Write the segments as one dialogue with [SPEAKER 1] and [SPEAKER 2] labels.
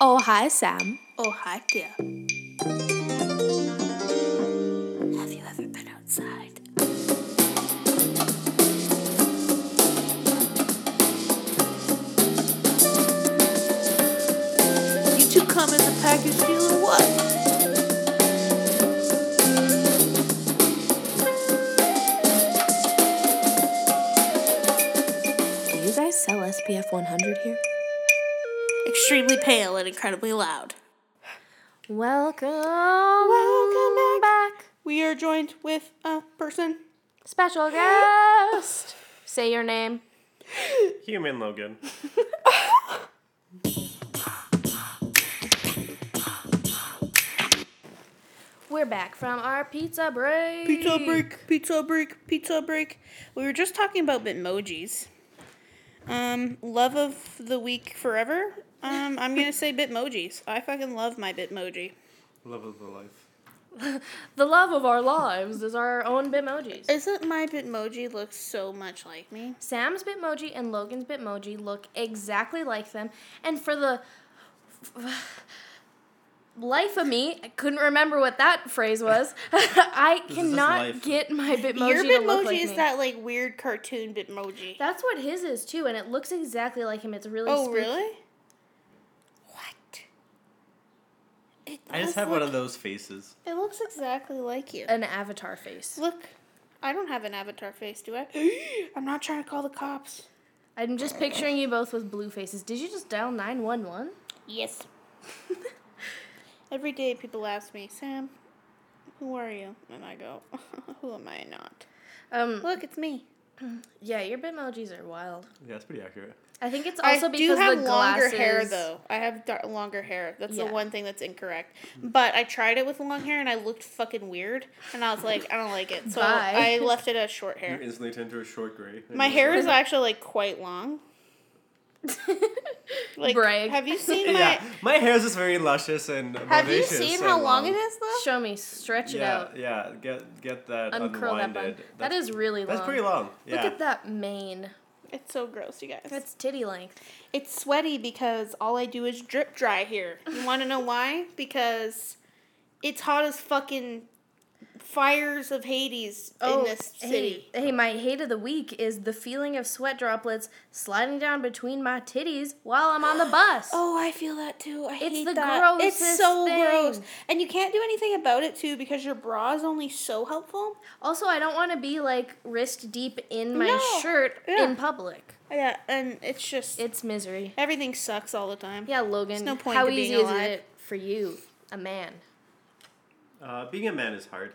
[SPEAKER 1] Oh, hi, Sam.
[SPEAKER 2] Oh, hi, dear. Have you ever been outside? You two come as a package deal or what?
[SPEAKER 1] Do you guys sell SPF 100 here?
[SPEAKER 2] Extremely pale and incredibly loud.
[SPEAKER 3] Welcome,
[SPEAKER 4] Welcome
[SPEAKER 3] back.
[SPEAKER 4] We are joined with a person.
[SPEAKER 3] Special guest. Say your name.
[SPEAKER 5] Human Logan.
[SPEAKER 3] We're back from our pizza break.
[SPEAKER 4] Pizza break, pizza break, pizza break. We were just talking about Bitmojis. Um, love of the week forever. Um, I'm gonna say Bitmojis. I fucking love my Bitmoji.
[SPEAKER 5] Love of the life.
[SPEAKER 3] The love of our lives is our own Bitmojis.
[SPEAKER 4] Isn't my Bitmoji look so much like me?
[SPEAKER 3] Sam's Bitmoji and Logan's Bitmoji look exactly like them, and for the life of me, I couldn't remember what that phrase was. I
[SPEAKER 5] is
[SPEAKER 3] cannot
[SPEAKER 5] life.
[SPEAKER 3] get my Bitmoji
[SPEAKER 4] Your
[SPEAKER 3] to look
[SPEAKER 4] Bitmoji
[SPEAKER 3] like
[SPEAKER 4] is
[SPEAKER 3] me.
[SPEAKER 4] that like weird cartoon Bitmoji.
[SPEAKER 3] That's what his is too, and it looks exactly like him. It's really
[SPEAKER 4] oh
[SPEAKER 3] spooky.
[SPEAKER 4] really? What? It
[SPEAKER 5] I just
[SPEAKER 4] does
[SPEAKER 5] have one
[SPEAKER 4] look-
[SPEAKER 5] of those faces.
[SPEAKER 4] It looks exactly like you.
[SPEAKER 3] An avatar face.
[SPEAKER 4] Look, I don't have an avatar face, do I? I'm not trying to call the cops.
[SPEAKER 3] I'm just picturing you both with blue faces. Did you just dial nine one one?
[SPEAKER 4] Yes. Every day people ask me, Sam, who are you? And I go, who am I not?
[SPEAKER 3] Um.
[SPEAKER 4] Look, it's me.
[SPEAKER 3] Yeah, your Bitmojis are wild.
[SPEAKER 5] Yeah, that's pretty accurate.
[SPEAKER 3] I think it's also
[SPEAKER 4] I do
[SPEAKER 3] because
[SPEAKER 4] have
[SPEAKER 3] the
[SPEAKER 4] longer
[SPEAKER 3] glasses.
[SPEAKER 4] hair, though. I have dar- longer hair. That's
[SPEAKER 3] Yeah.
[SPEAKER 4] the one thing that's incorrect. But I tried it with long hair and I looked fucking weird. And I was like, I don't like it. So
[SPEAKER 3] Bye.
[SPEAKER 4] I left it as short
[SPEAKER 5] You
[SPEAKER 4] hair.
[SPEAKER 5] instantly turn to a short gray.
[SPEAKER 4] My hair is actually like quite long. Like,
[SPEAKER 3] Brag.
[SPEAKER 4] have you seen my?
[SPEAKER 5] Yeah, my hair is just very luscious and
[SPEAKER 4] Have you
[SPEAKER 5] vivacious
[SPEAKER 4] seen
[SPEAKER 5] and
[SPEAKER 4] how long it is though?
[SPEAKER 3] Show me. Stretch it
[SPEAKER 5] yeah,
[SPEAKER 3] out.
[SPEAKER 5] yeah. Get get that
[SPEAKER 3] Uncurl that bun.
[SPEAKER 5] unwinded.
[SPEAKER 3] That is really long.
[SPEAKER 5] that's pretty long. Yeah.
[SPEAKER 3] Look at that mane.
[SPEAKER 4] It's so gross, you guys.
[SPEAKER 3] That's titty length.
[SPEAKER 4] it's sweaty because all I do is drip dry here. You want to know why? Because it's hot as fucking fires of Hades in this city.
[SPEAKER 3] Oh, Hey, hey, my hate of the week is the feeling of sweat droplets sliding down between my titties while I'm on the bus.
[SPEAKER 4] Oh, I feel that too. I hate
[SPEAKER 3] the
[SPEAKER 4] that. it's
[SPEAKER 3] grossest
[SPEAKER 4] so
[SPEAKER 3] thing.
[SPEAKER 4] gross, and you can't do anything about it too because your bra is only so helpful.
[SPEAKER 3] Also, I don't want to be like wrist deep in my
[SPEAKER 4] No.
[SPEAKER 3] shirt
[SPEAKER 4] Yeah.
[SPEAKER 3] in public.
[SPEAKER 4] Yeah, and it's just
[SPEAKER 3] It's misery.
[SPEAKER 4] everything sucks all the time.
[SPEAKER 3] Yeah, Logan.
[SPEAKER 4] no point
[SPEAKER 3] how
[SPEAKER 4] to being
[SPEAKER 3] easy
[SPEAKER 4] alive.
[SPEAKER 3] is it for you, a man?
[SPEAKER 5] Uh, being a man is hard.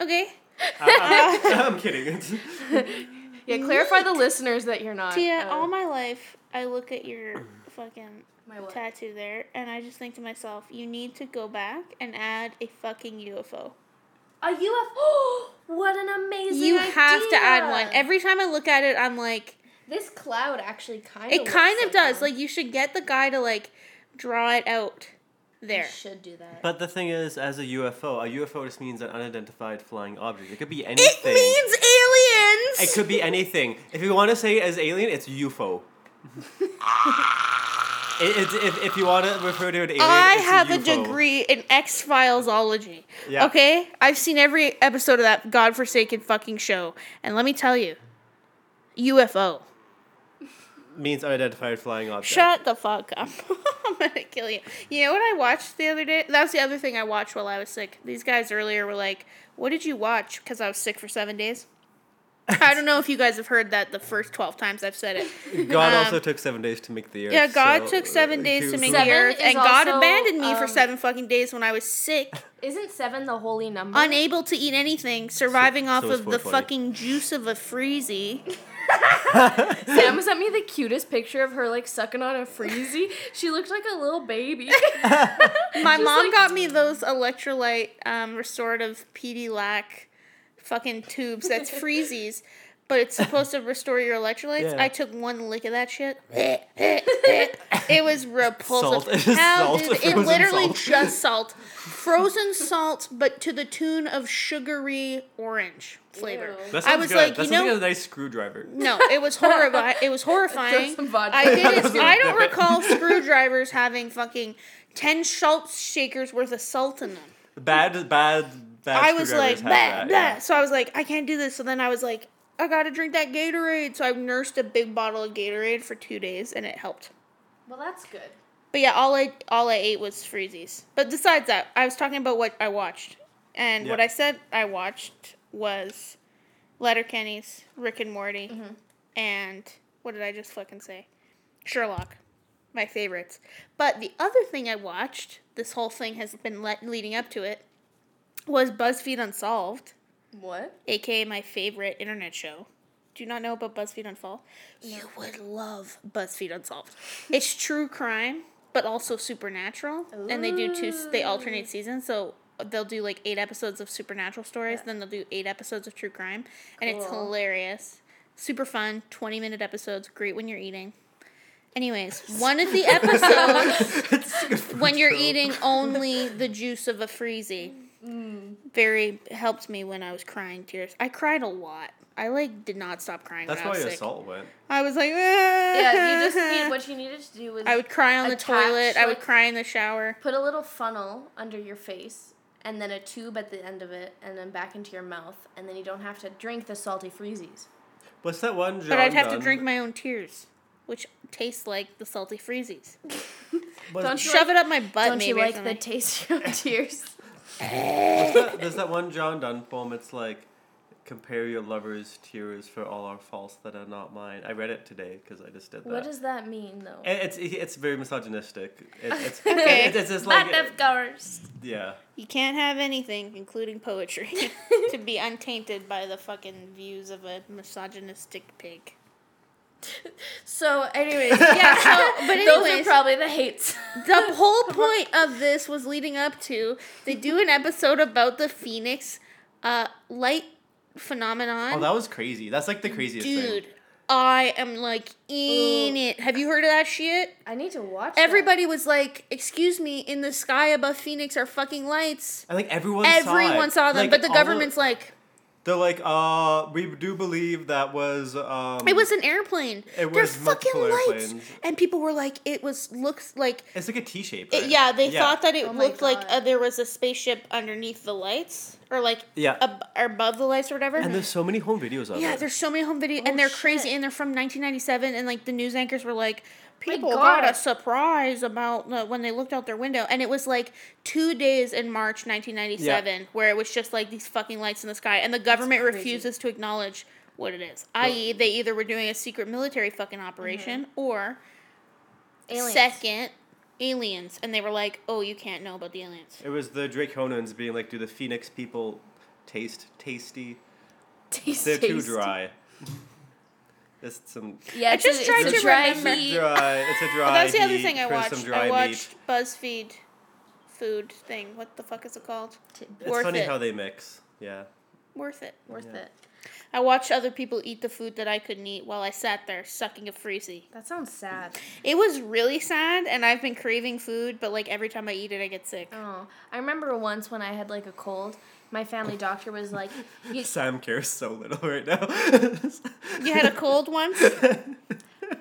[SPEAKER 4] Okay.
[SPEAKER 5] I, am kidding.
[SPEAKER 3] Yeah, clarify the listeners that you're not.
[SPEAKER 4] Tia,
[SPEAKER 3] uh,
[SPEAKER 4] all my life I look at your fucking
[SPEAKER 3] My what?
[SPEAKER 4] tattoo there, and I just think to myself, you need to go back and add a fucking UFO.
[SPEAKER 3] a UFO. what an amazing!
[SPEAKER 4] you have to add
[SPEAKER 3] idea.
[SPEAKER 4] one. Every time I look at it, I'm like,
[SPEAKER 3] This cloud actually kind of.
[SPEAKER 4] it kind of does. Like, you should get the guy to like draw it out there.
[SPEAKER 3] should do that.
[SPEAKER 5] but the thing is, as a UFO, a UFO just means an unidentified flying object. It could be anything.
[SPEAKER 4] It means aliens.
[SPEAKER 5] It could be anything. If you want to say it as alien, it's UFO. It- it's- if, if you want to refer to it alien,
[SPEAKER 4] I
[SPEAKER 5] it's
[SPEAKER 4] have a
[SPEAKER 5] UFO.
[SPEAKER 4] degree in X Filesology.
[SPEAKER 5] Yeah.
[SPEAKER 4] Okay, I've seen every episode of that godforsaken fucking show, and let me tell you, UFO.
[SPEAKER 5] Means unidentified flying object.
[SPEAKER 4] Shut the fuck up. I'm gonna kill you. You know what I watched the other day? That was the other thing I watched while I was sick. These guys earlier were like, What did you watch? Because I was sick for seven days. I don't know if you guys have heard that the first 12 times I've said it.
[SPEAKER 5] God also took seven days to make the earth.
[SPEAKER 4] Yeah, God
[SPEAKER 5] so,
[SPEAKER 4] took seven
[SPEAKER 5] uh,
[SPEAKER 4] days to
[SPEAKER 5] who's-
[SPEAKER 4] make
[SPEAKER 3] Seven
[SPEAKER 4] the earth,
[SPEAKER 3] is
[SPEAKER 4] and God
[SPEAKER 3] also,
[SPEAKER 4] abandoned me for
[SPEAKER 3] um,
[SPEAKER 4] seven fucking days when I was sick,
[SPEAKER 3] Isn't seven the holy number?
[SPEAKER 4] unable to eat anything, surviving
[SPEAKER 5] So-
[SPEAKER 4] off
[SPEAKER 5] so it's
[SPEAKER 4] of the
[SPEAKER 5] 420.
[SPEAKER 4] fucking juice of a freezy.
[SPEAKER 3] Sam sent me the cutest picture of her like sucking on a freezy. She looked like a little baby.
[SPEAKER 4] My mom got me those electrolyte um, restorative PD lac fucking tubes. That's freezies. but it's supposed to restore your electrolytes.
[SPEAKER 5] Yeah.
[SPEAKER 4] I took one lick of that shit. it was repulsive.
[SPEAKER 5] Salt. It is
[SPEAKER 4] How
[SPEAKER 5] salt.
[SPEAKER 4] did- it
[SPEAKER 5] Frozen
[SPEAKER 4] literally
[SPEAKER 5] salt.
[SPEAKER 4] just salt, frozen salt, but to the tune of sugary orange flavor.
[SPEAKER 3] Ew.
[SPEAKER 5] That sounds
[SPEAKER 4] I was
[SPEAKER 5] good.
[SPEAKER 4] like,
[SPEAKER 5] that
[SPEAKER 4] you
[SPEAKER 5] sounds
[SPEAKER 4] know,
[SPEAKER 5] like a nice screwdriver.
[SPEAKER 4] no, it was horrifying. It was horrifying.
[SPEAKER 3] some vodka.
[SPEAKER 4] I didn't.
[SPEAKER 5] Throw
[SPEAKER 4] I don't
[SPEAKER 5] some-
[SPEAKER 4] recall screwdrivers having fucking ten salt shakers worth of salt in them.
[SPEAKER 5] Bad, bad, bad.
[SPEAKER 4] I was like,
[SPEAKER 5] screwdrivers
[SPEAKER 4] blah,
[SPEAKER 5] have that,
[SPEAKER 4] blah.
[SPEAKER 5] yeah.
[SPEAKER 4] So I was like, I can't do this. So then I was like, I gotta drink that Gatorade. So I nursed a big bottle of Gatorade for two days, and it helped.
[SPEAKER 3] Well, that's good.
[SPEAKER 4] But yeah, all I all I ate was freezies. But besides that, I was talking about what I watched, and what
[SPEAKER 5] Yeah.
[SPEAKER 4] I said I watched was Letterkenny's Rick and Morty, and what did I just fucking say? Sherlock, my favorites. But the other thing I watched, this whole thing has been le- leading up to it, was BuzzFeed Unsolved,
[SPEAKER 3] What?
[SPEAKER 4] aka my favorite internet show. Do you not know about BuzzFeed Unsolved? You would love BuzzFeed Unsolved. it's true crime, but also supernatural, and they do two. They alternate seasons, so they'll do like eight episodes of supernatural stories, then they'll do eight episodes of true crime, and it's
[SPEAKER 3] Cool.
[SPEAKER 4] hilarious. Super fun, twenty minute episodes, great when you're eating. Anyways, one of the episodes when you're eating only the juice of a freezy very helped me when I was crying tears. I cried a lot. I like did not stop crying
[SPEAKER 5] That's
[SPEAKER 4] when I
[SPEAKER 5] why
[SPEAKER 4] was
[SPEAKER 5] your
[SPEAKER 4] sick.
[SPEAKER 5] salt went.
[SPEAKER 4] I was like,
[SPEAKER 3] Yeah, you just need, what you needed to do was
[SPEAKER 4] I would cry on the
[SPEAKER 3] attach,
[SPEAKER 4] toilet. I would
[SPEAKER 3] like-
[SPEAKER 4] cry in the shower.
[SPEAKER 3] put a little funnel under your face and then a tube at the end of it and then back into your mouth and then you don't have to drink the salty freezies.
[SPEAKER 5] What's that one? John
[SPEAKER 4] But I'd have to
[SPEAKER 5] Donne-
[SPEAKER 4] drink my own tears, which taste like the salty freezies.
[SPEAKER 5] what-
[SPEAKER 3] Don't you
[SPEAKER 4] Shove it
[SPEAKER 3] like,
[SPEAKER 4] up my butt,
[SPEAKER 3] Don't
[SPEAKER 4] maybe.
[SPEAKER 3] you
[SPEAKER 4] or
[SPEAKER 3] like the
[SPEAKER 4] something.
[SPEAKER 3] taste of your tears?
[SPEAKER 5] There's that, there's that one John Donne poem. It's like, compare your lover's tears for all our faults that are not mine. I read it today because I just did that.
[SPEAKER 3] What does that mean though?
[SPEAKER 5] It- It's it's very misogynistic. It, it's,
[SPEAKER 4] Okay.
[SPEAKER 5] it's, it's just
[SPEAKER 2] But
[SPEAKER 5] like
[SPEAKER 2] of course.
[SPEAKER 5] yeah.
[SPEAKER 4] you can't have anything, including poetry, to be untainted by the fucking views of a misogynistic pig.
[SPEAKER 2] So, anyways,
[SPEAKER 4] Yeah, so, but
[SPEAKER 2] those are
[SPEAKER 4] anyways,
[SPEAKER 2] probably the hates.
[SPEAKER 4] the whole point of this was leading up to they do an episode about the phoenix uh, light phenomenon.
[SPEAKER 5] Oh, that was crazy. That's like the craziest
[SPEAKER 4] Dude,
[SPEAKER 5] thing.
[SPEAKER 4] I am like in it. Have you heard of that shit?
[SPEAKER 3] I need to watch that.
[SPEAKER 4] Everybody was like, "Excuse me, in the sky above Phoenix are fucking lights."
[SPEAKER 5] I think everyone
[SPEAKER 4] Everyone saw
[SPEAKER 5] saw, it.
[SPEAKER 4] them,
[SPEAKER 5] Like,
[SPEAKER 4] but the
[SPEAKER 5] all of-
[SPEAKER 4] government's like,
[SPEAKER 5] They're like, uh, we do believe that was. Um,
[SPEAKER 4] "It was an airplane.
[SPEAKER 5] It
[SPEAKER 4] They're
[SPEAKER 5] was
[SPEAKER 4] fucking
[SPEAKER 5] multiple
[SPEAKER 4] lights."
[SPEAKER 5] airplanes.
[SPEAKER 4] And people were like, "It was looks like."
[SPEAKER 5] It's like a T shape.
[SPEAKER 4] It, yeah, they thought that it
[SPEAKER 3] Oh my
[SPEAKER 4] looked like
[SPEAKER 3] God.
[SPEAKER 4] uh, there was a spaceship underneath the lights, or like
[SPEAKER 5] Yeah.
[SPEAKER 4] ab- or above the lights or whatever.
[SPEAKER 5] And there's so many home videos of
[SPEAKER 4] Yeah,
[SPEAKER 5] it.
[SPEAKER 4] there's so many home videos, and they're
[SPEAKER 3] Oh,
[SPEAKER 4] crazy, and they're from 1997, and like the news anchors were like, people got a
[SPEAKER 3] God.
[SPEAKER 4] surprise about the, when they looked out their window, and it was like two days in March 1997 where it was just like these fucking lights in the sky, and the government refuses to acknowledge what it is, i.e., they either were doing a secret military fucking operation or
[SPEAKER 3] Mm-hmm. Aliens.
[SPEAKER 4] second aliens, and they were like, oh, you can't know about the aliens.
[SPEAKER 5] It was the Draconans being like, do the Phoenix people taste tasty?
[SPEAKER 3] Taste
[SPEAKER 5] They're too
[SPEAKER 3] tasty.
[SPEAKER 5] dry. That's some
[SPEAKER 3] Yeah,
[SPEAKER 4] I
[SPEAKER 3] it's
[SPEAKER 4] just
[SPEAKER 3] a,
[SPEAKER 4] tried
[SPEAKER 3] it's
[SPEAKER 4] to
[SPEAKER 3] a dry
[SPEAKER 4] remember.
[SPEAKER 3] heat.
[SPEAKER 5] dry. It's a dry.
[SPEAKER 4] That's the other
[SPEAKER 5] heat
[SPEAKER 4] thing I
[SPEAKER 5] for
[SPEAKER 4] watched.
[SPEAKER 5] Some dry
[SPEAKER 4] I
[SPEAKER 5] meat.
[SPEAKER 4] watched BuzzFeed food thing. What the fuck is it called?
[SPEAKER 5] It's
[SPEAKER 4] Worth
[SPEAKER 5] funny
[SPEAKER 4] it.
[SPEAKER 5] how they mix. Yeah.
[SPEAKER 4] Worth it.
[SPEAKER 3] Worth it.
[SPEAKER 4] I watched other people eat the food that I couldn't eat while I sat there sucking a freezy.
[SPEAKER 3] That sounds sad.
[SPEAKER 4] It was really sad, and I've been craving food, but like every time I eat it, I get sick.
[SPEAKER 3] Oh, I remember once when I had like a cold, my family doctor was like, you,
[SPEAKER 5] Sam cares so little right now.
[SPEAKER 4] You had a cold once?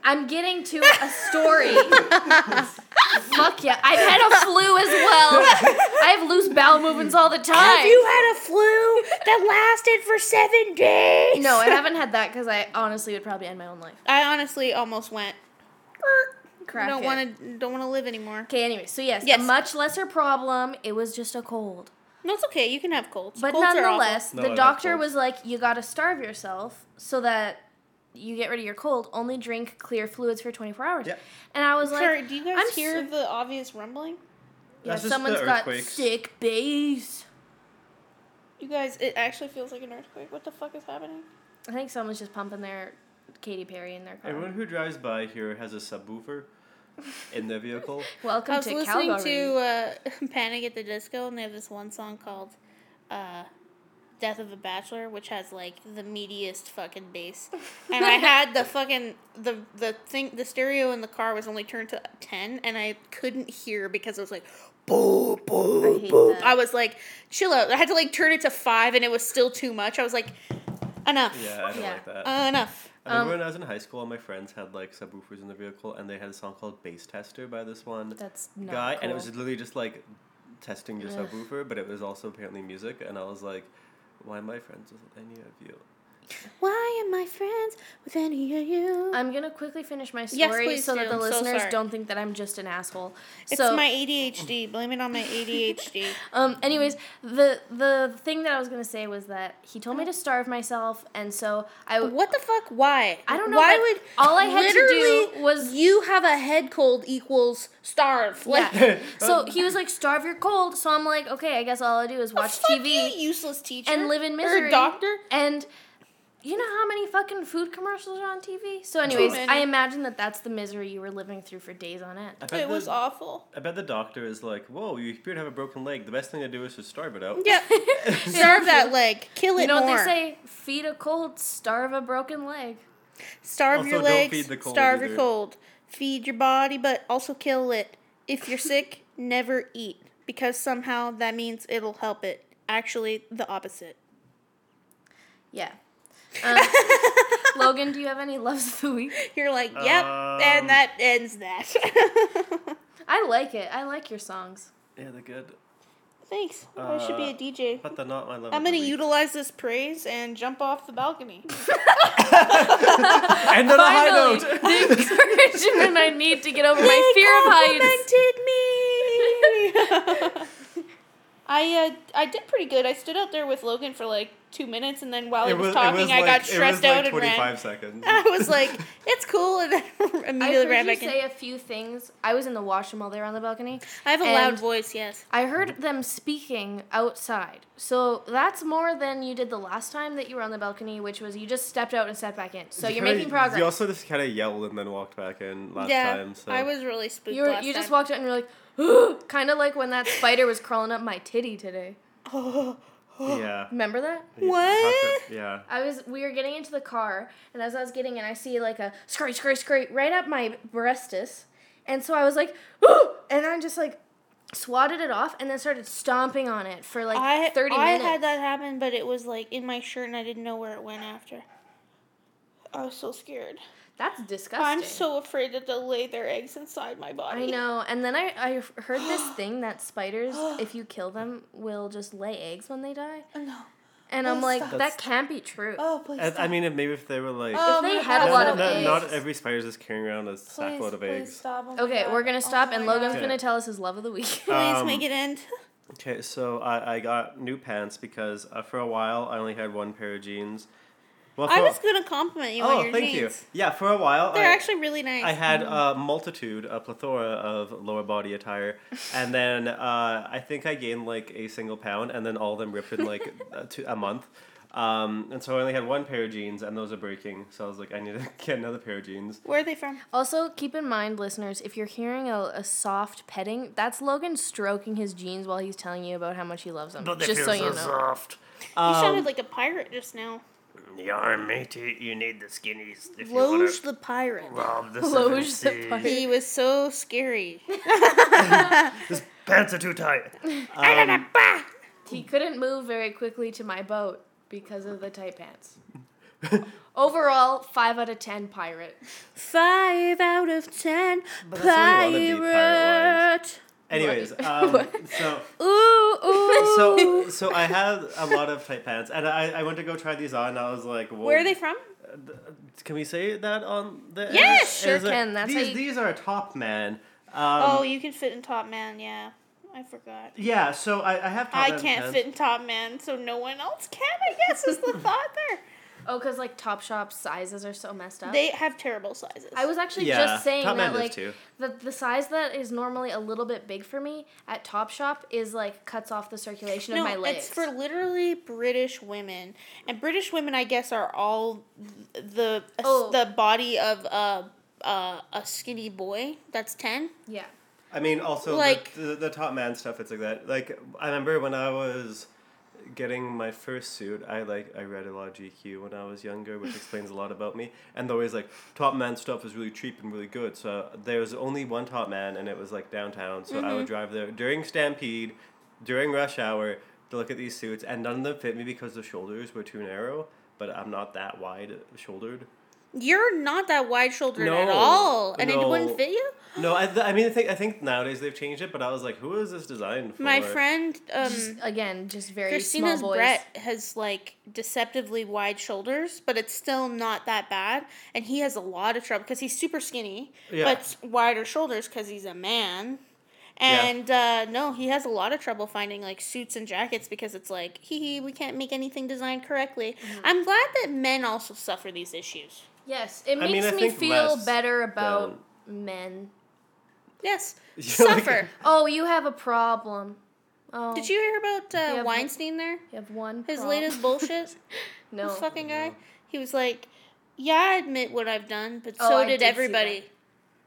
[SPEAKER 3] I'm getting to a story. Fuck yeah. I've had a flu as well. I have loose bowel movements all the time.
[SPEAKER 4] had a flu that lasted for seven days.
[SPEAKER 3] no, I haven't had that because I honestly would probably end my own life.
[SPEAKER 4] I honestly almost went.
[SPEAKER 3] Crack
[SPEAKER 4] don't
[SPEAKER 3] it.
[SPEAKER 4] want to. Don't want to live anymore.
[SPEAKER 3] Okay, anyway, so yes,
[SPEAKER 4] Yes.
[SPEAKER 3] a much lesser problem. It was just a cold.
[SPEAKER 4] No, it's okay. You can have colds.
[SPEAKER 3] But
[SPEAKER 4] colds are awful.
[SPEAKER 3] nonetheless,
[SPEAKER 5] No, I
[SPEAKER 3] the
[SPEAKER 5] have
[SPEAKER 3] doctor
[SPEAKER 5] colds.
[SPEAKER 3] was like, you gotta starve yourself so that you get rid of your cold. Only drink clear fluids for 24 hours.
[SPEAKER 5] Yep.
[SPEAKER 3] And I was like,
[SPEAKER 4] Sorry, do you guys
[SPEAKER 3] I'm
[SPEAKER 4] hear
[SPEAKER 3] so-
[SPEAKER 4] the obvious rumbling?
[SPEAKER 3] yeah,
[SPEAKER 5] That's just the
[SPEAKER 3] someone's got
[SPEAKER 5] earthquakes.
[SPEAKER 3] sick base.
[SPEAKER 4] You guys, it actually feels like an earthquake. What the fuck is happening?
[SPEAKER 3] I think someone's just pumping their Katy Perry in their car.
[SPEAKER 5] Everyone who drives by here has a subwoofer in their vehicle.
[SPEAKER 3] Welcome
[SPEAKER 4] I was
[SPEAKER 3] to
[SPEAKER 4] listening
[SPEAKER 3] Calgary.
[SPEAKER 4] to uh, Panic at the Disco, and they have this one song called uh, Death of a Bachelor, which has like the meatiest fucking bass. And I had the fucking the the thing the stereo in the car was only turned to ten and I couldn't hear because it was like boo boo
[SPEAKER 3] hate
[SPEAKER 4] boo.
[SPEAKER 3] that.
[SPEAKER 4] I was like, chill out. I had to like turn it to five and it was still too much. I was like, enough.
[SPEAKER 5] Yeah, I don't
[SPEAKER 3] Yeah.
[SPEAKER 5] like that.
[SPEAKER 4] Uh, enough.
[SPEAKER 5] I remember when I was in high school, all my friends had like subwoofers in the vehicle, and they had a song called Bass Tester by this one
[SPEAKER 3] That's not
[SPEAKER 5] guy, and it was
[SPEAKER 3] cool.
[SPEAKER 5] literally just like testing your
[SPEAKER 3] Ugh.
[SPEAKER 5] subwoofer, but it was also apparently music, and I was like, why am I friends with any of you?
[SPEAKER 4] Why am I friends with any of you?
[SPEAKER 3] I'm gonna quickly finish my story
[SPEAKER 4] Yes, please
[SPEAKER 3] so that
[SPEAKER 4] do.
[SPEAKER 3] the
[SPEAKER 4] I'm so
[SPEAKER 3] listeners
[SPEAKER 4] sorry.
[SPEAKER 3] don't think that I'm just an asshole.
[SPEAKER 4] it's
[SPEAKER 3] so,
[SPEAKER 4] my ADHD. Blame it on my ADHD.
[SPEAKER 3] um, anyways, the the thing that I was gonna say was that he told me to starve myself, and so I w-
[SPEAKER 4] What the fuck? Why?
[SPEAKER 3] I don't know,
[SPEAKER 4] Why
[SPEAKER 3] but
[SPEAKER 4] would
[SPEAKER 3] all I had to do
[SPEAKER 4] literally,
[SPEAKER 3] was-
[SPEAKER 4] you have a head cold equals starve. Like
[SPEAKER 3] yeah. so he was like, "Starve your cold." So I'm like, "Okay, I guess all I do is watch
[SPEAKER 4] fucking
[SPEAKER 3] TV."
[SPEAKER 4] useless Oh, teacher
[SPEAKER 3] and live in misery.
[SPEAKER 4] Or doctor.
[SPEAKER 3] And you know how many fucking food commercials are on TV? So, anyways,
[SPEAKER 4] many.
[SPEAKER 3] I imagine that that's the misery you were living through for days on end.
[SPEAKER 5] I bet
[SPEAKER 4] It
[SPEAKER 5] the-
[SPEAKER 4] was awful.
[SPEAKER 5] I bet the doctor is like, whoa, you appear to have a broken leg. The best thing to do is just starve it out.
[SPEAKER 4] Yeah, starve that leg. Kill it
[SPEAKER 3] You know
[SPEAKER 4] more.
[SPEAKER 3] what they say? Feed a cold, starve a broken leg.
[SPEAKER 4] Starve
[SPEAKER 5] Also,
[SPEAKER 4] your
[SPEAKER 5] don't
[SPEAKER 4] legs.
[SPEAKER 5] feed the cold
[SPEAKER 4] starve
[SPEAKER 5] either.
[SPEAKER 4] your cold. Feed your body, but also kill it. If you're sick, never eat because somehow that means it'll help it. Actually, the opposite.
[SPEAKER 3] Yeah. Um, Logan, do you have any loves of the week?
[SPEAKER 4] You're like, yep,
[SPEAKER 5] Um,
[SPEAKER 4] and that ends that.
[SPEAKER 3] I like it. I like your songs.
[SPEAKER 5] Yeah, they're good.
[SPEAKER 4] Thanks. I should be a DJ.
[SPEAKER 5] But they're not my
[SPEAKER 4] I'm
[SPEAKER 5] love. of Uh, the
[SPEAKER 4] gonna
[SPEAKER 5] week.
[SPEAKER 4] utilize this praise and jump off the balcony.
[SPEAKER 5] End on a high
[SPEAKER 3] Finally,
[SPEAKER 5] note!
[SPEAKER 3] the encouragement I need to get over my fear of heights.
[SPEAKER 4] Complimented me. I uh, I did pretty good. I stood out there with Logan for like two minutes, and then while he was, talking, I got stressed out and ran.
[SPEAKER 5] seconds.
[SPEAKER 4] I was like, "It's cool," and then
[SPEAKER 3] I
[SPEAKER 4] immediately ran
[SPEAKER 3] heard you
[SPEAKER 4] back in.
[SPEAKER 3] say a few things. I was in the washroom while they were on the balcony.
[SPEAKER 4] I have a
[SPEAKER 3] and-
[SPEAKER 4] loud voice. Yes.
[SPEAKER 3] I heard them speaking outside. So that's more than you did the last time that you were on the balcony, which was you just stepped out and stepped back in. So you're making progress.
[SPEAKER 5] You
[SPEAKER 3] You,
[SPEAKER 5] also just kind of yelled and then walked back in last
[SPEAKER 4] yeah.
[SPEAKER 5] time. So.
[SPEAKER 4] I was really spooked.
[SPEAKER 3] were-
[SPEAKER 4] last
[SPEAKER 3] you just
[SPEAKER 4] time.
[SPEAKER 3] walked out and you're like, kind of like when that spider was crawling up my titty today.
[SPEAKER 5] Yeah.
[SPEAKER 3] Remember that?
[SPEAKER 4] What?
[SPEAKER 5] Yeah.
[SPEAKER 3] I was we were getting into the car and as I was getting in I see like a scurry scurry scurry right up my breastus. And so I was like, ooh and I'm just like swatted it off and then started stomping on it for like
[SPEAKER 4] I
[SPEAKER 3] 30
[SPEAKER 4] I
[SPEAKER 3] minutes.
[SPEAKER 4] had that happen, but it was like in my shirt, and I didn't know where it went after. I was so scared.
[SPEAKER 3] That's disgusting.
[SPEAKER 4] I'm so afraid that they'll lay their eggs inside my body.
[SPEAKER 3] I know. And then I, I heard this thing that spiders, if you kill them, will just lay eggs when they die.
[SPEAKER 4] No.
[SPEAKER 3] And I'm
[SPEAKER 4] Please
[SPEAKER 3] like,
[SPEAKER 4] stop.
[SPEAKER 3] that can't be true.
[SPEAKER 4] Oh, please.
[SPEAKER 5] I, I mean, if- maybe if they were like.
[SPEAKER 4] Oh,
[SPEAKER 3] they
[SPEAKER 4] my
[SPEAKER 3] had
[SPEAKER 4] God.
[SPEAKER 3] a lot of
[SPEAKER 5] not,
[SPEAKER 3] eggs.
[SPEAKER 5] not every spider's just carrying around a sackload of eggs.
[SPEAKER 4] stop. Oh my
[SPEAKER 3] okay,
[SPEAKER 4] God.
[SPEAKER 3] we're going to stop,
[SPEAKER 4] Oh
[SPEAKER 3] and
[SPEAKER 4] my
[SPEAKER 3] Logan's
[SPEAKER 4] God.
[SPEAKER 3] going to tell us his love of the week.
[SPEAKER 4] Please
[SPEAKER 5] Um,
[SPEAKER 4] make it end.
[SPEAKER 5] Okay, so I, I got new pants because uh, for a while I only had one pair of jeans. Well,
[SPEAKER 4] I
[SPEAKER 5] for-
[SPEAKER 4] was gonna compliment you
[SPEAKER 5] Oh,
[SPEAKER 4] on your
[SPEAKER 5] thank
[SPEAKER 4] jeans.
[SPEAKER 5] you. Yeah, for a while
[SPEAKER 4] They're
[SPEAKER 5] I,
[SPEAKER 4] actually really nice.
[SPEAKER 5] I had a multitude, a plethora of lower body attire, and then uh, I think I gained like a single pound, and then all of them ripped in like a, two, a month. Um, and so I only had one pair of jeans, and those are breaking. So I was like, I need to get another pair of jeans.
[SPEAKER 4] Where are they from?
[SPEAKER 3] also, keep in mind, listeners, if you're hearing a, a soft petting, that's Logan stroking his jeans while he's telling you about how much he loves them. Just so you know.
[SPEAKER 5] soft.
[SPEAKER 4] you sounded like a pirate just now.
[SPEAKER 5] Yar, matey, you need the skinnies if
[SPEAKER 4] Loge the pirate.
[SPEAKER 5] rob the
[SPEAKER 3] Loge the pirate.
[SPEAKER 4] He was so scary.
[SPEAKER 5] Pants are too tight.
[SPEAKER 3] He couldn't move very quickly to my boat because of the tight pants. Overall, 5 out of 10 pirate.
[SPEAKER 4] Five out of ten.
[SPEAKER 5] But that's what you wanna be, pirate
[SPEAKER 4] Pirate.
[SPEAKER 5] Anyways, um, so.
[SPEAKER 4] Ooh, ooh.
[SPEAKER 5] so so I have a lot of tight pants, and I, I went to go try these on. And I was like, well,
[SPEAKER 4] Where are they from?
[SPEAKER 5] Can we say that on the?
[SPEAKER 4] Yes,
[SPEAKER 5] air?
[SPEAKER 3] sure
[SPEAKER 5] Is it-
[SPEAKER 3] can. That's how
[SPEAKER 5] these
[SPEAKER 3] you-
[SPEAKER 5] these are a top man. Um,
[SPEAKER 4] oh, you can fit in Top Man. Yeah, I forgot.
[SPEAKER 5] yeah. So I, I have. Top
[SPEAKER 4] I
[SPEAKER 5] man
[SPEAKER 4] can't
[SPEAKER 5] pants.
[SPEAKER 4] fit in Top Man, so no one else can. I guess is the thought there.
[SPEAKER 3] Oh, because like Topshop sizes are so messed up.
[SPEAKER 4] They have terrible sizes.
[SPEAKER 3] I was actually
[SPEAKER 5] Yeah,
[SPEAKER 3] just saying that
[SPEAKER 5] Topman does
[SPEAKER 3] like
[SPEAKER 5] too.
[SPEAKER 3] the the size that is normally a little bit big for me at Topshop is like cuts off the circulation
[SPEAKER 4] no,
[SPEAKER 3] of my legs.
[SPEAKER 4] it's for literally British women, and British women, I guess, are all th- the
[SPEAKER 3] Oh.
[SPEAKER 4] the body of a uh, a skinny boy that's ten.
[SPEAKER 3] yeah.
[SPEAKER 5] I mean, also
[SPEAKER 4] Like-
[SPEAKER 5] the, the, the top man stuff. It's like that. Like I remember when I was getting my first suit, I like I read a lot of GQ when I was younger, which explains a lot about me. And they're always like, top man stuff is really cheap and really good. So there was only one top man, and it was like downtown. So
[SPEAKER 4] Mm-hmm.
[SPEAKER 5] I would drive there during Stampede, during rush hour to look at these suits, and none of them fit me because the shoulders were too narrow. But I'm not that wide shouldered.
[SPEAKER 4] You're not that wide shouldered at
[SPEAKER 5] No,
[SPEAKER 4] all, and it
[SPEAKER 5] no.
[SPEAKER 4] wouldn't fit you.
[SPEAKER 5] No, I, th- I mean I think I think nowadays they've changed it, but I was like, who is this designed for?
[SPEAKER 4] My friend, um,
[SPEAKER 3] Just, again, just very
[SPEAKER 4] Christina's
[SPEAKER 3] small boys.
[SPEAKER 4] Brett has like deceptively wide shoulders, but it's still not that bad. And he has a lot of trouble because he's super skinny,
[SPEAKER 5] Yeah.
[SPEAKER 4] but s- wider shoulders because he's a man. And uh, no, he has a lot of trouble finding like suits and jackets because it's like, hee hee, we can't make anything designed correctly. I'm glad that men also suffer these issues.
[SPEAKER 3] Yes, it
[SPEAKER 5] I mean,
[SPEAKER 3] makes
[SPEAKER 5] I
[SPEAKER 3] me
[SPEAKER 5] think
[SPEAKER 3] feel
[SPEAKER 5] less
[SPEAKER 3] better about men.
[SPEAKER 4] Yes,
[SPEAKER 5] Yeah, like-
[SPEAKER 4] suffer.
[SPEAKER 3] Oh, you have a problem. Oh,
[SPEAKER 4] Did you hear about uh,
[SPEAKER 3] but-
[SPEAKER 4] Weinstein there?
[SPEAKER 3] You have one.
[SPEAKER 4] His
[SPEAKER 3] problem.
[SPEAKER 4] latest bullshit?
[SPEAKER 3] No.
[SPEAKER 4] This fucking guy? He was like, yeah, I admit what I've done, but
[SPEAKER 3] Oh,
[SPEAKER 4] so
[SPEAKER 3] I
[SPEAKER 4] did
[SPEAKER 3] did see
[SPEAKER 4] everybody.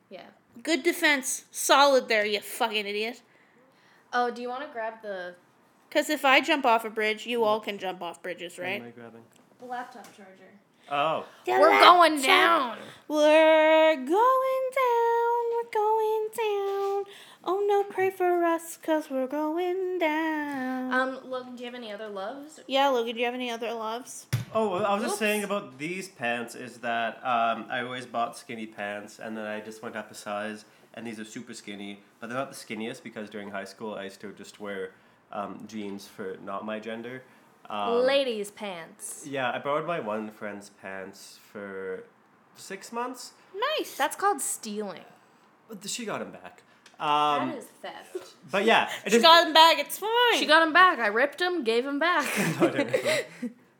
[SPEAKER 3] Yeah.
[SPEAKER 4] Good defense. Solid there, you fucking idiot.
[SPEAKER 3] Oh, do you want to grab the
[SPEAKER 4] Because if I jump off a bridge, you all can jump off bridges,
[SPEAKER 5] What am
[SPEAKER 4] right?
[SPEAKER 5] I grabbing?
[SPEAKER 3] laptop charger?
[SPEAKER 5] Oh,
[SPEAKER 3] We're going down.
[SPEAKER 4] We're going down. We're going down. Oh no, pray for us, because we're going down.
[SPEAKER 3] Um, Logan, do you have any other loves?
[SPEAKER 4] Uh, yeah, Logan, do you have any other loves?
[SPEAKER 5] Oh, well, I was just
[SPEAKER 3] Oops.
[SPEAKER 5] saying about these pants is that um, I always bought skinny pants and then I just went up a size, and these are super skinny, but they're not the skinniest because during high school I used to just wear um, jeans for not my gender. Um,
[SPEAKER 3] Ladies' pants.
[SPEAKER 5] yeah, I borrowed my one friend's pants for six months,
[SPEAKER 4] Nice.
[SPEAKER 3] That's called stealing.
[SPEAKER 5] but she got them back. Um,
[SPEAKER 3] that is theft.
[SPEAKER 5] but yeah, it
[SPEAKER 4] she
[SPEAKER 5] just,
[SPEAKER 4] got him back. It's fine.
[SPEAKER 3] She got them back. I ripped them, gave them back.
[SPEAKER 5] No, I don't know.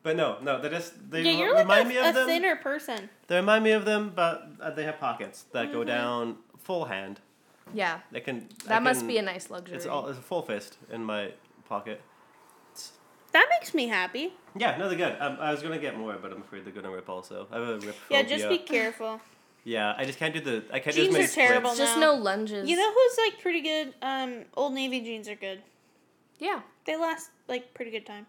[SPEAKER 5] but no, no, they just they
[SPEAKER 4] yeah, you're like
[SPEAKER 5] remind
[SPEAKER 4] a,
[SPEAKER 5] me of
[SPEAKER 4] a
[SPEAKER 5] them.
[SPEAKER 4] thinner person.
[SPEAKER 5] They remind me of them, but uh, they have pockets that go down full hand.
[SPEAKER 3] yeah,
[SPEAKER 5] They can.
[SPEAKER 3] that must be a
[SPEAKER 5] an.
[SPEAKER 3] nice luxury.
[SPEAKER 5] It's all it's a full fist in my pocket.
[SPEAKER 4] That makes me happy.
[SPEAKER 5] Yeah, no, they're good. Um, I was gonna get more, but I'm afraid they're gonna rip also. I have a rip.
[SPEAKER 4] Yeah, just be
[SPEAKER 5] phobia.
[SPEAKER 4] careful.
[SPEAKER 5] Yeah, I just can't do the. I can't
[SPEAKER 4] Jeans
[SPEAKER 5] do
[SPEAKER 4] are
[SPEAKER 5] as many
[SPEAKER 4] terrible.
[SPEAKER 5] splits.
[SPEAKER 3] Just no lunges.
[SPEAKER 4] You know who's like pretty good? Um, Old Navy jeans are good.
[SPEAKER 3] Yeah.
[SPEAKER 4] They last like pretty good time,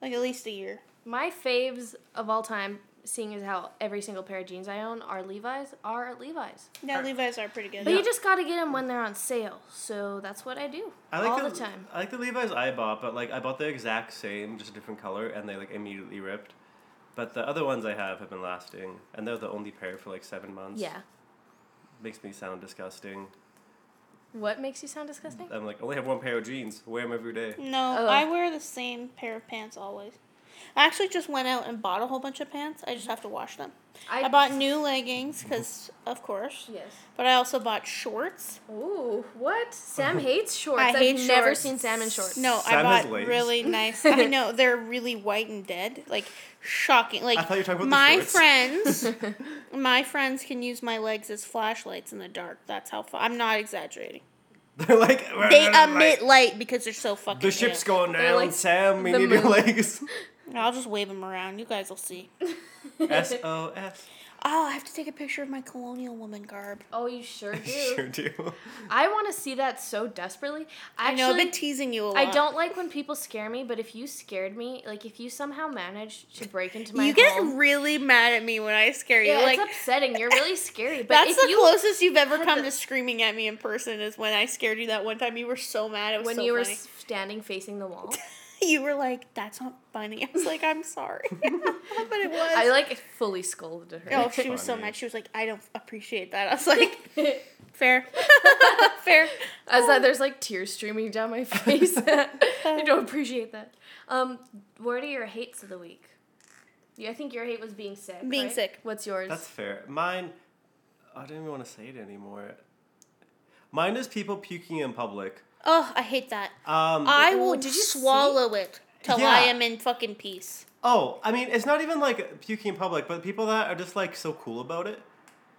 [SPEAKER 4] like at least a year.
[SPEAKER 3] My faves of all time, seeing as how every single pair of jeans I own are Levi's, are at Levi's.
[SPEAKER 4] Yeah, Levi's are pretty good.
[SPEAKER 3] But you just gotta get them when they're on sale. So that's what I do
[SPEAKER 5] I like
[SPEAKER 3] all the time.
[SPEAKER 5] I like the Levi's I bought, but like I bought the exact same, just a different color, and they like immediately ripped. But the other ones I have have been lasting, and they're the only pair for like seven months.
[SPEAKER 3] Yeah.
[SPEAKER 5] makes me sound disgusting.
[SPEAKER 3] What makes you sound disgusting?
[SPEAKER 5] I'm like, I only have one pair of jeans. Wear them every day.
[SPEAKER 4] no,
[SPEAKER 3] Oh.
[SPEAKER 4] I wear the same pair of pants always. I actually just went out and bought a whole bunch of pants. I just have to wash them. I, bought new leggings because, of course,
[SPEAKER 3] Yes.
[SPEAKER 4] but I also bought shorts.
[SPEAKER 3] Ooh, what? Sam hates shorts.
[SPEAKER 4] I
[SPEAKER 3] have
[SPEAKER 4] hate
[SPEAKER 3] never
[SPEAKER 4] shorts.
[SPEAKER 3] seen Sam in shorts.
[SPEAKER 4] No,
[SPEAKER 5] Sam
[SPEAKER 4] I
[SPEAKER 5] has
[SPEAKER 4] bought
[SPEAKER 5] legs.
[SPEAKER 4] really nice. I know they're really white and dead, like shocking. Like
[SPEAKER 5] I thought you were talking about
[SPEAKER 4] my
[SPEAKER 5] the shorts.
[SPEAKER 4] friends. my friends can use my legs as flashlights in the dark. That's how. Fu- I'm not exaggerating.
[SPEAKER 5] they're like
[SPEAKER 4] They emit light because they're so fucking.
[SPEAKER 5] The ship's
[SPEAKER 4] pale.
[SPEAKER 5] going down,
[SPEAKER 3] like
[SPEAKER 5] Sam. We
[SPEAKER 3] the
[SPEAKER 5] need your
[SPEAKER 3] moon.
[SPEAKER 5] legs.
[SPEAKER 4] I'll just wave them around. You guys will see.
[SPEAKER 5] S O S.
[SPEAKER 4] Oh, I have to take a picture of my colonial woman garb.
[SPEAKER 3] Oh, you sure do.
[SPEAKER 5] Sure do.
[SPEAKER 3] I want to see that so desperately.
[SPEAKER 4] I
[SPEAKER 3] Actually,
[SPEAKER 4] know I've been teasing you a lot.
[SPEAKER 3] I don't like when people scare me, but if you scared me, like if you somehow managed to break into my
[SPEAKER 4] You get
[SPEAKER 3] home,
[SPEAKER 4] really mad at me when I scare you.
[SPEAKER 3] yeah,
[SPEAKER 4] like
[SPEAKER 3] it's upsetting. You're really scary. But
[SPEAKER 4] That's
[SPEAKER 3] if
[SPEAKER 4] the
[SPEAKER 3] you,
[SPEAKER 4] closest you've ever
[SPEAKER 3] had
[SPEAKER 4] come
[SPEAKER 3] the-
[SPEAKER 4] to screaming at me in person is when I scared you that one time. You were so mad. It was
[SPEAKER 3] when
[SPEAKER 4] so
[SPEAKER 3] you were
[SPEAKER 4] funny.
[SPEAKER 3] s- standing facing the wall,
[SPEAKER 4] you were like, "That's not funny." I was like, "I'm sorry," but it was.
[SPEAKER 3] I like fully scolded her.
[SPEAKER 4] Oh, she was so
[SPEAKER 5] Funny.
[SPEAKER 4] mad. She was like, "I don't appreciate that." I was like, "Fair, fair."
[SPEAKER 3] As that, there's like tears streaming down my face. I don't appreciate that. Um, what are your hates of the week? Yeah, I think your hate was being sick.
[SPEAKER 4] Being
[SPEAKER 3] right?
[SPEAKER 4] sick.
[SPEAKER 3] What's yours?
[SPEAKER 5] That's fair. Mine. I don't even want to say it anymore. Mine is people puking in public.
[SPEAKER 4] Oh, I hate that.
[SPEAKER 5] Um,
[SPEAKER 4] I will
[SPEAKER 3] did you see?
[SPEAKER 4] swallow it till
[SPEAKER 5] Yeah.
[SPEAKER 4] I am in fucking peace.
[SPEAKER 5] oh, I mean, it's not even like puking in public, but people that are just like so cool about it.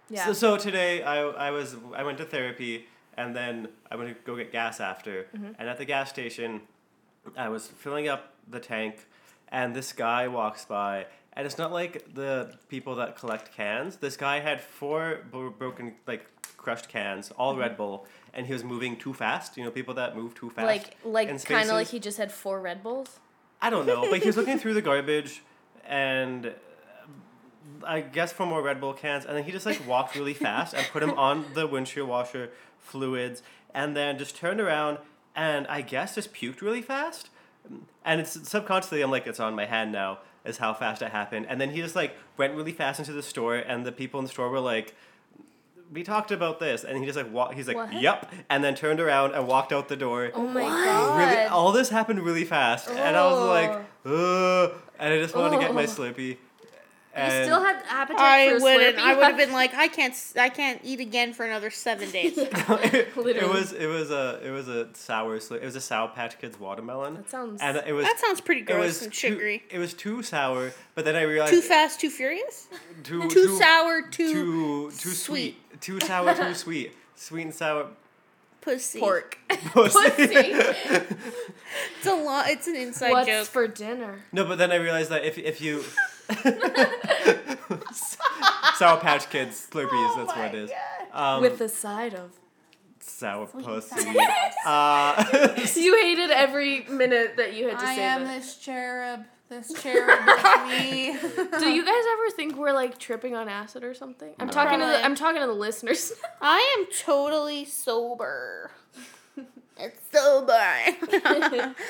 [SPEAKER 3] yeah.
[SPEAKER 5] So, so today I, I was I went to therapy and then I went to go get gas after
[SPEAKER 3] Mm-hmm.
[SPEAKER 5] and at the gas station I was filling up the tank and this guy walks by and it's not like the people that collect cans. This guy had four bro- broken like crushed cans, all
[SPEAKER 3] Mm-hmm.
[SPEAKER 5] Red Bull, and he was moving too fast. You know, people that move too fast.
[SPEAKER 3] like, like,
[SPEAKER 5] in
[SPEAKER 3] kind of like
[SPEAKER 5] spaces.
[SPEAKER 3] he just had four Red Bulls.
[SPEAKER 5] I don't know, but he was looking through the garbage, and uh, I guess for more Red Bull cans, and then he just like walked really fast and put him on the windshield washer fluids, and then just turned around and I guess just puked really fast, and it's subconsciously I'm like it's on my hand now is how fast it happened, and then he just like went really fast into the store, and the people in the store were like. We talked about this, and he just like walked. He's like,
[SPEAKER 3] What?
[SPEAKER 5] "Yep," and then turned around and walked out the door.
[SPEAKER 3] Oh my
[SPEAKER 5] Really, Oh,
[SPEAKER 3] god.
[SPEAKER 5] all this happened really fast, and I was like, Ugh, and I just wanted to get my
[SPEAKER 3] Ugh.
[SPEAKER 5] Slurpee.
[SPEAKER 3] you
[SPEAKER 5] And
[SPEAKER 3] still had appetite
[SPEAKER 4] I
[SPEAKER 3] for a
[SPEAKER 4] wouldn't.
[SPEAKER 3] Slurpee?
[SPEAKER 4] I would have been like, I can't. s- I can't eat again for another seven days.
[SPEAKER 5] it,
[SPEAKER 3] literally.
[SPEAKER 5] was it was a it was a sour Slurpee. It was a Sour Patch Kids watermelon.
[SPEAKER 3] That sounds-
[SPEAKER 5] And it was
[SPEAKER 4] that sounds pretty
[SPEAKER 5] it
[SPEAKER 4] gross
[SPEAKER 5] was
[SPEAKER 4] and
[SPEAKER 5] too,
[SPEAKER 4] sugary.
[SPEAKER 5] it was too sour, but then I realized
[SPEAKER 4] Too fast, too furious.
[SPEAKER 5] too,
[SPEAKER 4] Too, sour, too,
[SPEAKER 5] too too sweet, too sour, too sweet, sweet and sour.
[SPEAKER 4] pussy.
[SPEAKER 3] pork.
[SPEAKER 5] pussy.
[SPEAKER 4] It's a lot. It's an inside
[SPEAKER 3] What's
[SPEAKER 4] joke.
[SPEAKER 3] for dinner?
[SPEAKER 5] No, but then I realized that if if you Sour Patch Kids Slurpees,
[SPEAKER 4] Oh
[SPEAKER 5] that's what it is. Um,
[SPEAKER 3] With the side of.
[SPEAKER 5] sour pussy.
[SPEAKER 3] You hated every minute that you had to
[SPEAKER 6] I
[SPEAKER 3] say
[SPEAKER 6] am
[SPEAKER 3] that.
[SPEAKER 6] this cherub. This cherub is me.
[SPEAKER 3] Do you guys ever think we're like tripping on acid or something? I'm talking to
[SPEAKER 4] Probably.
[SPEAKER 3] the, I'm talking to the listeners.
[SPEAKER 4] I am totally sober. it's sober.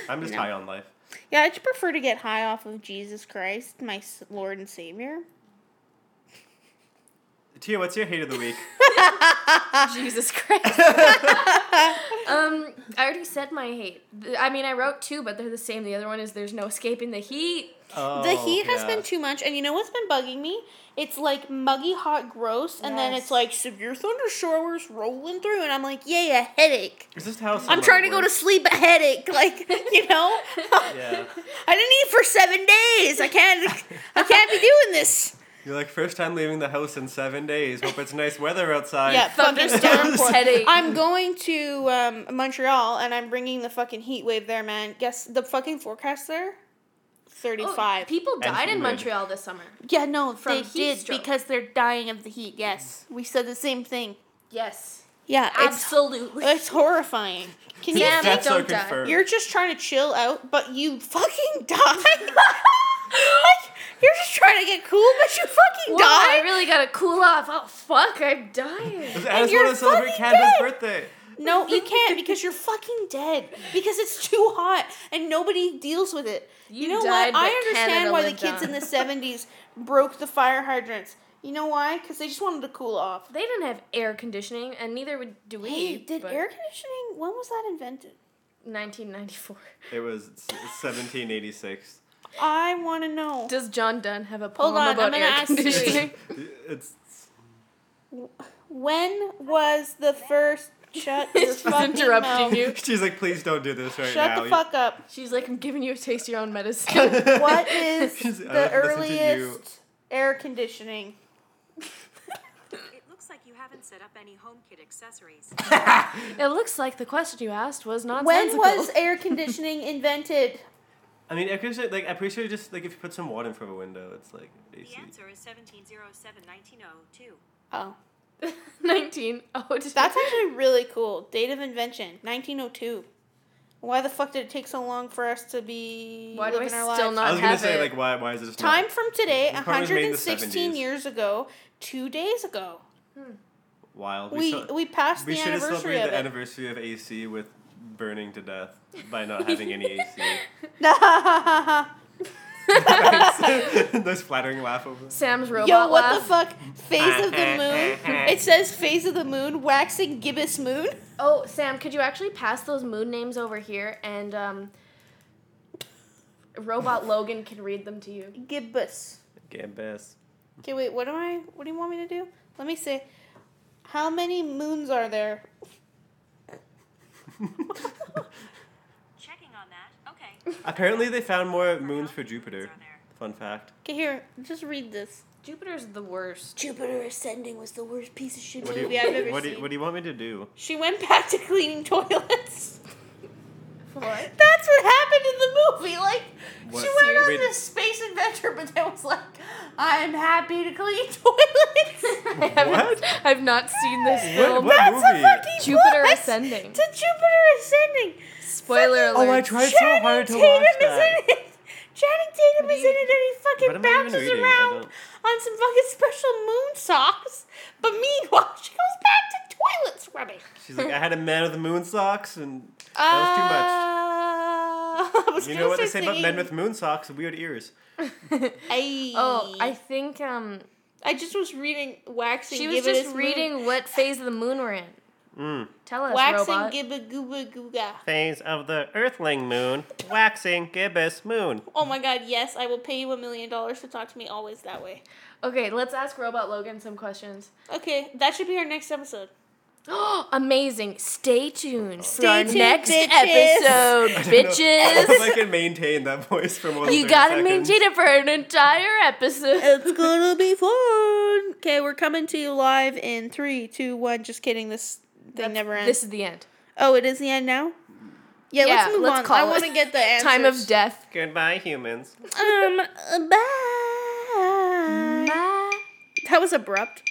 [SPEAKER 5] I'm just high on life.
[SPEAKER 4] yeah, I just prefer to get high off of Jesus Christ, my s- Lord and Savior.
[SPEAKER 5] Tia, what's your hate of the week?
[SPEAKER 3] Jesus Christ. um, I already said my hate. Th- I mean, I wrote two, but they're the same. The other one is there's no escaping the heat.
[SPEAKER 4] The
[SPEAKER 5] Oh,
[SPEAKER 4] heat has
[SPEAKER 5] yeah.
[SPEAKER 4] been too much, and you know what's been bugging me? It's like muggy, hot, gross, and then
[SPEAKER 6] Yes.
[SPEAKER 4] it's like severe thundershowers rolling through, and I'm like, yay, a headache.
[SPEAKER 5] Is this how
[SPEAKER 4] I'm
[SPEAKER 5] summer
[SPEAKER 4] trying to go to
[SPEAKER 5] works?
[SPEAKER 4] sleep, a headache. Like, you know?
[SPEAKER 5] Yeah,
[SPEAKER 4] I didn't eat for seven days. I can't. I can't be doing this.
[SPEAKER 5] you're like first time leaving the house in seven days. Hope it's nice weather outside.
[SPEAKER 4] Yeah, thunderstorm.
[SPEAKER 3] Thunderstorms, headache.
[SPEAKER 4] I'm going to um, Montreal, and I'm bringing the fucking heat wave there, man. Guess the fucking forecast there.
[SPEAKER 3] Oh,
[SPEAKER 4] Thirty-five.
[SPEAKER 3] people died in
[SPEAKER 5] humid.
[SPEAKER 3] Montreal this summer.
[SPEAKER 4] yeah, no,
[SPEAKER 3] From
[SPEAKER 4] they
[SPEAKER 3] heat
[SPEAKER 4] did
[SPEAKER 3] stroke.
[SPEAKER 4] because they're dying of the heat. Yes, we said the same thing.
[SPEAKER 3] Yes.
[SPEAKER 4] Yeah, it's
[SPEAKER 3] Absolutely.
[SPEAKER 4] it's horrifying. Can you?
[SPEAKER 3] Yeah, they
[SPEAKER 5] That's so
[SPEAKER 3] don't die.
[SPEAKER 5] confirmed.
[SPEAKER 4] You're just trying to chill out, but you fucking die. like, you're just trying to get cool, but you fucking
[SPEAKER 3] Whoa,
[SPEAKER 4] die.
[SPEAKER 3] I really gotta cool off. Oh fuck, I'm dying.
[SPEAKER 5] I just
[SPEAKER 4] you're
[SPEAKER 5] want to celebrate
[SPEAKER 4] fucking
[SPEAKER 5] Canada's
[SPEAKER 4] dead.
[SPEAKER 5] birthday.
[SPEAKER 4] No, you can't because you're fucking dead. Because it's too hot and nobody deals with it. You,
[SPEAKER 3] You
[SPEAKER 4] know
[SPEAKER 3] died,
[SPEAKER 4] what? I
[SPEAKER 3] but
[SPEAKER 4] understand
[SPEAKER 3] Canada
[SPEAKER 4] why the
[SPEAKER 3] lived
[SPEAKER 4] kids
[SPEAKER 3] on.
[SPEAKER 4] in the 70s broke the fire hydrants. You know why? Because they just wanted to cool off.
[SPEAKER 3] They didn't have air conditioning, and neither would do we.
[SPEAKER 4] Hey, did
[SPEAKER 3] but
[SPEAKER 4] air conditioning, when was that invented?
[SPEAKER 3] 1994.
[SPEAKER 5] It was s- 1786.
[SPEAKER 4] I want to know.
[SPEAKER 3] Does John Dunn have a poem
[SPEAKER 4] Hold on, I'm
[SPEAKER 3] about
[SPEAKER 4] gonna
[SPEAKER 3] air
[SPEAKER 4] ask Siri.
[SPEAKER 3] conditioning?
[SPEAKER 5] It's
[SPEAKER 4] When was the first. Shut your
[SPEAKER 3] She's
[SPEAKER 4] fucking mouth.
[SPEAKER 3] interrupting you.
[SPEAKER 5] she's like, please don't do this right
[SPEAKER 4] Shut
[SPEAKER 5] now.
[SPEAKER 4] the fuck up.
[SPEAKER 3] She's like, I'm giving you a taste of your own medicine.
[SPEAKER 4] What is
[SPEAKER 5] She's- I
[SPEAKER 4] the
[SPEAKER 5] listen to you.
[SPEAKER 4] earliest air conditioning?
[SPEAKER 7] It looks like you haven't set up any HomeKit accessories.
[SPEAKER 3] it looks like the question you asked was not
[SPEAKER 4] When was air conditioning invented?
[SPEAKER 5] I mean, I could say, like, I'm pretty sure just like if you put some water in front of a window, it's like AC.
[SPEAKER 7] The answer is 1707 1902.
[SPEAKER 4] Oh.
[SPEAKER 3] 19. Oh, did
[SPEAKER 4] That's actually really cool. Date of invention, 1902. Why the fuck did it take so long for us to be
[SPEAKER 3] Why do I
[SPEAKER 4] living our
[SPEAKER 3] still
[SPEAKER 4] lives?
[SPEAKER 3] not-
[SPEAKER 5] I was gonna
[SPEAKER 3] have
[SPEAKER 5] say
[SPEAKER 3] it.
[SPEAKER 5] like why why is it just not-
[SPEAKER 4] Time from today,
[SPEAKER 5] This part was made in the
[SPEAKER 4] 116
[SPEAKER 5] 70s.
[SPEAKER 4] years ago, two days ago.
[SPEAKER 5] wild?
[SPEAKER 4] We
[SPEAKER 5] so-
[SPEAKER 4] we passed
[SPEAKER 5] we
[SPEAKER 4] the
[SPEAKER 5] should have
[SPEAKER 4] anniversary
[SPEAKER 5] celebrated
[SPEAKER 4] of
[SPEAKER 5] the
[SPEAKER 4] it.
[SPEAKER 5] anniversary of AC with burning to death by not having any AC. Nice flattering laugh over.
[SPEAKER 3] Sam's robot
[SPEAKER 4] Yo, what
[SPEAKER 3] laugh.
[SPEAKER 4] the fuck? Phase of the moon. It says phase of the moon, waxing gibbous moon.
[SPEAKER 3] oh, Sam, could you actually pass those moon names over here and um, Robot Logan can read them to you.
[SPEAKER 4] Gibbous.
[SPEAKER 5] Gambas.
[SPEAKER 4] Okay, wait. What am I? What do you want me to do? Let me see. How many moons are there?
[SPEAKER 7] Checking on that. Okay.
[SPEAKER 5] Apparently, they found more moons for Jupiter. Fun fact.
[SPEAKER 4] Okay, here. Just read this.
[SPEAKER 3] Jupiter's the worst.
[SPEAKER 4] Jupiter Ascending was the worst piece of shit
[SPEAKER 5] What do you,
[SPEAKER 4] movie I've ever
[SPEAKER 5] what do
[SPEAKER 4] seen.
[SPEAKER 5] you, what do you want me to do?
[SPEAKER 4] she went back to cleaning toilets.
[SPEAKER 3] What?
[SPEAKER 4] That's what happened in the movie. Like
[SPEAKER 5] What?
[SPEAKER 4] she went on
[SPEAKER 5] Wait.
[SPEAKER 4] this space adventure, but then was like, "I'm happy to clean toilets."
[SPEAKER 3] I haven't-
[SPEAKER 5] What?
[SPEAKER 3] I've not seen this
[SPEAKER 5] What,
[SPEAKER 3] film.
[SPEAKER 5] what
[SPEAKER 4] That's
[SPEAKER 5] movie?
[SPEAKER 4] a fucking
[SPEAKER 3] Jupiter
[SPEAKER 4] plus
[SPEAKER 3] Ascending.
[SPEAKER 4] To Jupiter Ascending.
[SPEAKER 3] Spoiler alert.
[SPEAKER 5] Oh, I tried so hard to
[SPEAKER 4] Channing Tatum
[SPEAKER 5] watch
[SPEAKER 4] is
[SPEAKER 5] that.
[SPEAKER 4] in it. Channing Tatum
[SPEAKER 5] do
[SPEAKER 4] isn't
[SPEAKER 5] you-
[SPEAKER 4] it and he
[SPEAKER 5] What
[SPEAKER 4] fucking
[SPEAKER 5] am I even
[SPEAKER 4] bounces
[SPEAKER 5] reading? I
[SPEAKER 4] around
[SPEAKER 5] don't-
[SPEAKER 4] on some fucking special moon socks. But meanwhile, she goes back to toilet scrubbing.
[SPEAKER 5] She's like, I had a man with moon socks, and that
[SPEAKER 4] That was too much. I
[SPEAKER 5] was
[SPEAKER 4] was
[SPEAKER 5] too much. You
[SPEAKER 4] gonna
[SPEAKER 5] know what they say
[SPEAKER 4] start
[SPEAKER 5] about men
[SPEAKER 4] Uh, singing,
[SPEAKER 5] with moon socks and weird ears?
[SPEAKER 4] "Ay."
[SPEAKER 3] Oh, I think um,
[SPEAKER 4] I just was reading waxing.
[SPEAKER 3] she was
[SPEAKER 4] Gibba
[SPEAKER 3] just
[SPEAKER 4] This
[SPEAKER 3] reading
[SPEAKER 4] Moon.
[SPEAKER 3] what phase of the moon we're in. Tell us,
[SPEAKER 4] waxing
[SPEAKER 3] robot.
[SPEAKER 4] gibba gooba googa.
[SPEAKER 5] Phase of the Earthling Moon, waxing gibbous moon.
[SPEAKER 4] Oh my god, yes, I will pay you a million dollars to talk to me always that way.
[SPEAKER 3] okay, let's ask Robot Logan some questions.
[SPEAKER 4] Okay, that should be our next episode.
[SPEAKER 3] Amazing. Stay tuned for
[SPEAKER 4] Stay
[SPEAKER 3] our
[SPEAKER 4] tuned,
[SPEAKER 3] next
[SPEAKER 4] bitches.
[SPEAKER 3] episode,
[SPEAKER 5] I don't know
[SPEAKER 3] bitches.
[SPEAKER 5] if I can maintain that voice for more. than
[SPEAKER 3] You
[SPEAKER 5] 30
[SPEAKER 3] gotta
[SPEAKER 5] seconds.
[SPEAKER 3] maintain it for an entire episode.
[SPEAKER 4] It's gonna be fun. Okay, we're coming to you live in three, two, one. Just kidding. This thing never ends.
[SPEAKER 3] This is the end.
[SPEAKER 4] oh, it is the end now. Yeah,
[SPEAKER 3] Yeah,
[SPEAKER 4] let's move
[SPEAKER 3] let's
[SPEAKER 4] on.
[SPEAKER 3] call
[SPEAKER 4] I
[SPEAKER 3] it.
[SPEAKER 4] want to get the answers.
[SPEAKER 3] Time of death.
[SPEAKER 5] Goodbye, humans.
[SPEAKER 4] Um, uh, bye. That was abrupt.